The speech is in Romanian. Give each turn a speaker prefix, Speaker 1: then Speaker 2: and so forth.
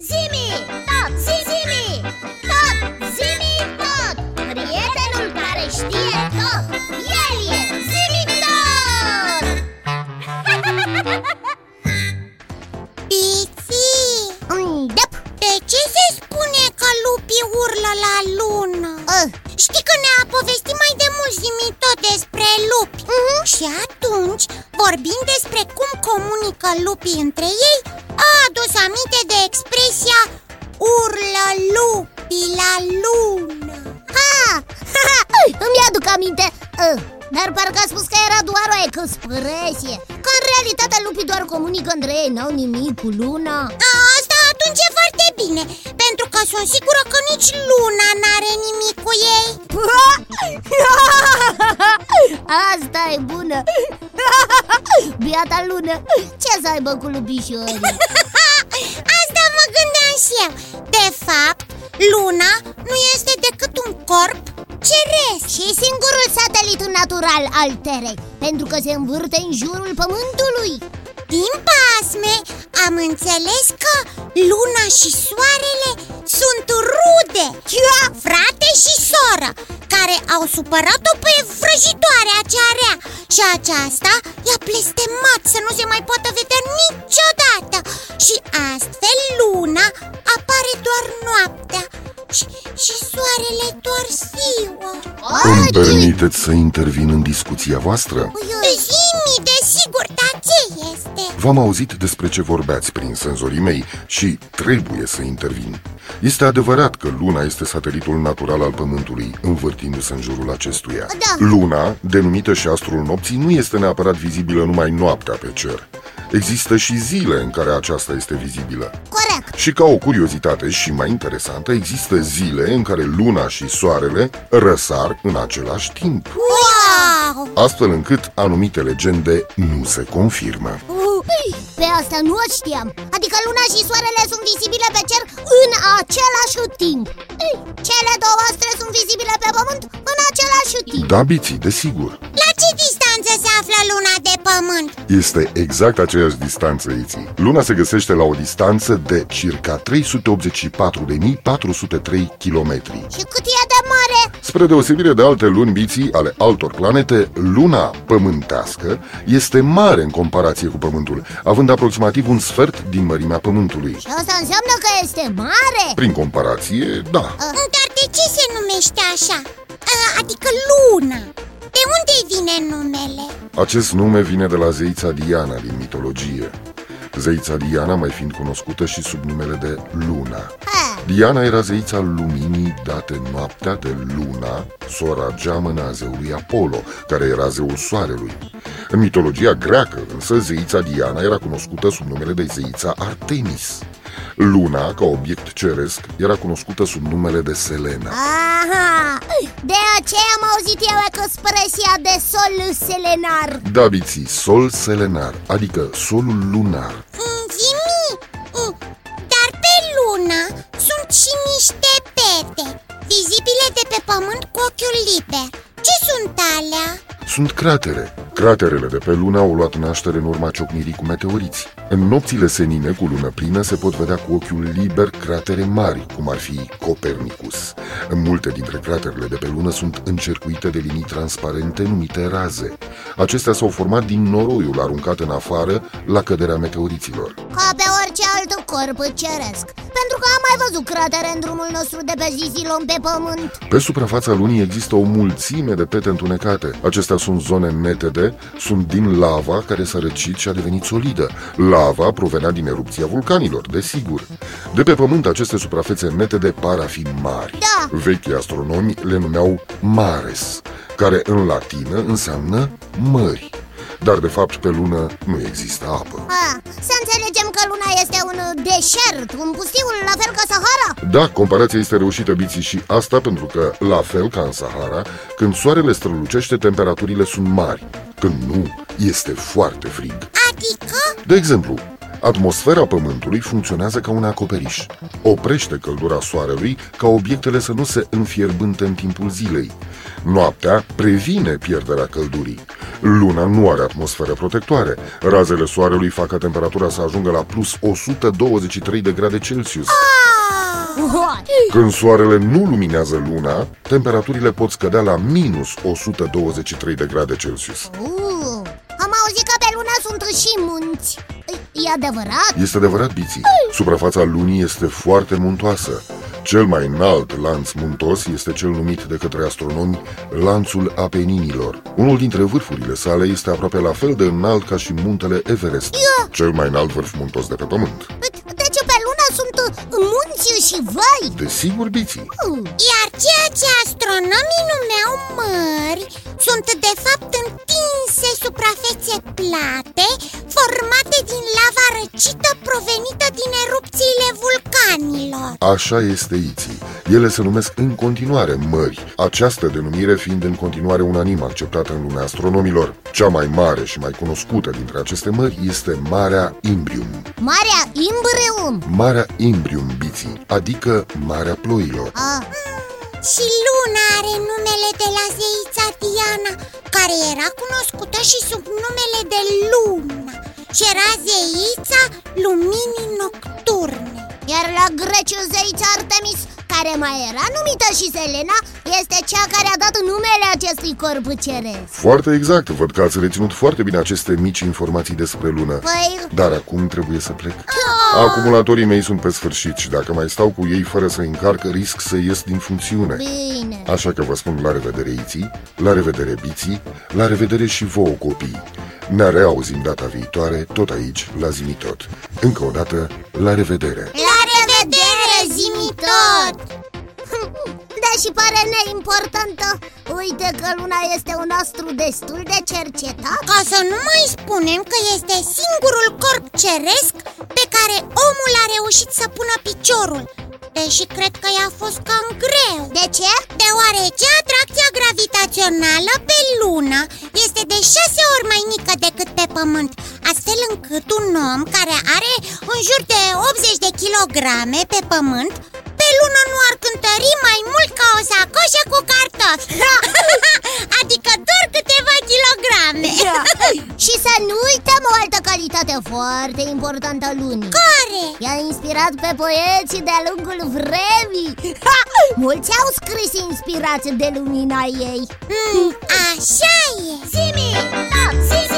Speaker 1: Zimi, tot, zimi, tot, zimi, tot Prietenul care știe tot, el e zimi tot Pici, îndep De ce se spune că lupii urlă la lună? Uh. Știi că ne-a povestit mai de mult zimi tot despre lupi uh-huh. Și atunci, vorbind despre cum comunică lupii între ei a adus aminte de expresia Urlă lupii la lună Ha!
Speaker 2: Îmi aduc aminte Ah, Dar parcă a spus că era doar o ecăspărăsie Că în realitate lupii doar comunică între ei N-au nimic cu luna
Speaker 1: A, Asta atunci e foarte bine Pentru că sunt sigură că nici luna n-are nimic cu ei
Speaker 2: Asta e bună Biata lună Ce să aibă cu lupișorii?
Speaker 1: Asta mă gândeam și eu De fapt, luna nu este decât un corp ceresc
Speaker 2: Și singurul satelit natural al Terei Pentru că se învârte în jurul pământului
Speaker 1: Din pasme am înțeles că luna și soarele sunt rude Frate și soră care au supărat-o pe vrăjitoarea cea rea Și aceasta i-a blestemat să nu se mai poată vedea niciodată Și astfel luna apare doar noaptea și, și soarele doar ziua
Speaker 3: Îmi permiteți să intervin în discuția voastră?
Speaker 1: Zimi, desigur, dar ce este?
Speaker 3: V-am auzit despre ce vorbeați prin senzorii mei și trebuie să intervin. Este adevărat că Luna este satelitul natural al Pământului, învârtindu-se în jurul acestuia.
Speaker 2: Da.
Speaker 3: Luna, denumită și astrul nopții, nu este neapărat vizibilă numai noaptea pe cer. Există și zile în care aceasta este vizibilă.
Speaker 2: Corect
Speaker 3: Și ca o curiozitate și mai interesantă, există zile în care luna și soarele răsar în același timp,
Speaker 1: Wow!
Speaker 3: astfel încât anumite legende nu se confirmă.
Speaker 2: Pe asta nu o știam Adică luna și soarele sunt vizibile pe cer în același timp Ei, Cele două astre sunt vizibile pe pământ în același timp
Speaker 3: Da, biții, desigur.
Speaker 1: La ce distanță se află luna de pământ?
Speaker 3: Este exact aceeași distanță, Iții. Luna se găsește la o distanță de circa 384.403 km.
Speaker 2: Și cât e de mare?
Speaker 3: Spre deosebire de alte luni biții ale altor planete, luna pământească este mare în comparație cu Pământul, având aproximativ un sfert din mărimea Pământului.
Speaker 2: Și asta înseamnă că este mare
Speaker 3: Prin comparație, da,
Speaker 1: Ă, Dar de ce se numește așa? A, adică luna De unde vine numele?
Speaker 3: acest nume vine de la zeița Diana din mitologie. Zeița Diana mai fiind cunoscută și sub numele de Luna.
Speaker 2: Ha,
Speaker 3: Diana era zeița luminii date noaptea de Luna, sora geamănă a zeului Apollo, care era zeul soarelui. În mitologia greacă, însă, zeița Diana era cunoscută sub numele de zeița Artemis. Luna, ca obiect ceresc, era cunoscută sub numele de Selena.
Speaker 2: Aha, de aceea am auzit eu ecospresia de sol selenar
Speaker 3: Dabiții, sol selenar, adică solul lunar.
Speaker 1: Mm, Zimi! Mm, Dar pe luna sunt și niște pete Vizibile de pe pământ cu ochiul liber Ce sunt alea?
Speaker 3: Sunt cratere. Craterele de pe Luna au luat naștere în urma ciocnirii cu meteoriți. În nopțile senine cu lună plină se pot vedea cu ochiul liber cratere mari, cum ar fi Copernicus. În multe dintre craterele de pe Lună sunt încercuite de linii transparente numite raze. Acestea s-au format din noroiul aruncat în afară la căderea meteoriților.
Speaker 2: Ca pe orice alt corp ceresc Pentru că am mai văzut cratere în drumul nostru de pe Zizilon pe pământ
Speaker 3: Pe suprafața Lunii există o mulțime de pete întunecate. Acestea sunt zone netede, sunt din lava care s-a răcit și a devenit solidă. Lava provenea din erupția vulcanilor, desigur. De pe pământ, aceste suprafețe netede par a fi mari.
Speaker 2: Da.
Speaker 3: Vechi astronomi le numeau mares, care în latină înseamnă mări. Dar, de fapt, pe lună nu există apă.
Speaker 2: Ah, să înțelegem că luna este un deșert, un pustiu, la fel ca Sahara
Speaker 3: Da, comparația este reușită biții și asta pentru că, la fel ca în Sahara, când soarele strălucește, temperaturile sunt mari. Când nu, este foarte frig.
Speaker 1: Adică
Speaker 3: De exemplu, Atmosfera Pământului funcționează ca un acoperiș. Oprește căldura soarelui ca obiectele să nu se înfierbânte în timpul zilei. Noaptea previne pierderea căldurii. Luna nu are atmosferă protectoare. Razele soarelui fac ca temperatura să ajungă la plus 123 de grade Celsius. Când soarele nu luminează luna, temperaturile pot scădea la minus 123 de grade Celsius.
Speaker 2: Uh, am auzit că pe lună sunt și munți E, e adevărat?
Speaker 3: Este adevărat, Biții. Suprafața lunii este foarte muntoasă. Cel mai înalt lanț muntos este cel numit de către astronomi lanțul Apeninilor. Unul dintre vârfurile sale este aproape la fel de înalt ca și muntele Everest, cel mai înalt vârf muntos de pe pământ.
Speaker 1: Păi,
Speaker 2: Deci pe lună sunt uh, munți și văi
Speaker 3: Desigur, Biții,
Speaker 2: Uh,
Speaker 1: Iar ceea ce astronomii numeau mări sunt de fapt întinse suprafețe plate formate din lava răcită provenită din erupțiile vulcanilor.
Speaker 3: Așa este Iții. Ele se numesc în continuare mări, această denumire fiind în continuare unanim acceptată în lumea astronomilor. Cea mai mare și mai cunoscută dintre aceste mări este Marea Imbrium.
Speaker 2: Marea Imbrium
Speaker 3: Marea Imbrium Biții, adică Marea Ploilor.
Speaker 2: ah,
Speaker 1: Și luna are numele de la zeița Diana, care era cunoscută și sub numele de Luna și era zeița luminii nocturne.
Speaker 2: Iar la greciul zeița Artemis, care mai era numită și Selena, este cea care a dat numele acestui corp ceresc
Speaker 3: Foarte exact, văd că ați reținut foarte bine aceste mici informații despre lună.
Speaker 2: Păi,
Speaker 3: Dar acum trebuie să plec. Acumulatorii mei sunt pe sfârșit și dacă mai stau cu ei fără să încarc, risc să ies din funcțiune.
Speaker 2: bine
Speaker 3: Așa că vă spun la revedere, Iții, la revedere, Biții, la revedere și vouă, copii. Ne reauzim data viitoare, tot aici, la Zimitot. Încă o dată, la revedere!
Speaker 2: La revedere, zimitot! Deși pare neimportantă, uite că luna este un astru destul de cercetat
Speaker 1: Ca să nu mai spunem că este singurul corp ceresc pe care omul a reușit să pună piciorul Deși cred că i-a fost cam greu
Speaker 2: De ce?
Speaker 1: Deoarece atracția gravitațională pe lună este de șase ori mai mică decât pe pământ Astfel încât un om care are în jur de 80 de kilograme pe pământ Pe lună nu ar cântări mai mult ca o sacoșă cu cartofi Adică doar câteva kilograme
Speaker 2: și să nu uităm o altă calitate foarte importantă a lunii
Speaker 1: Care?
Speaker 2: I-a inspirat pe poeții de-a lungul vremii Mulți au scris inspirați de lumina ei
Speaker 1: Mm, așa e!
Speaker 2: Zimi! Zimi!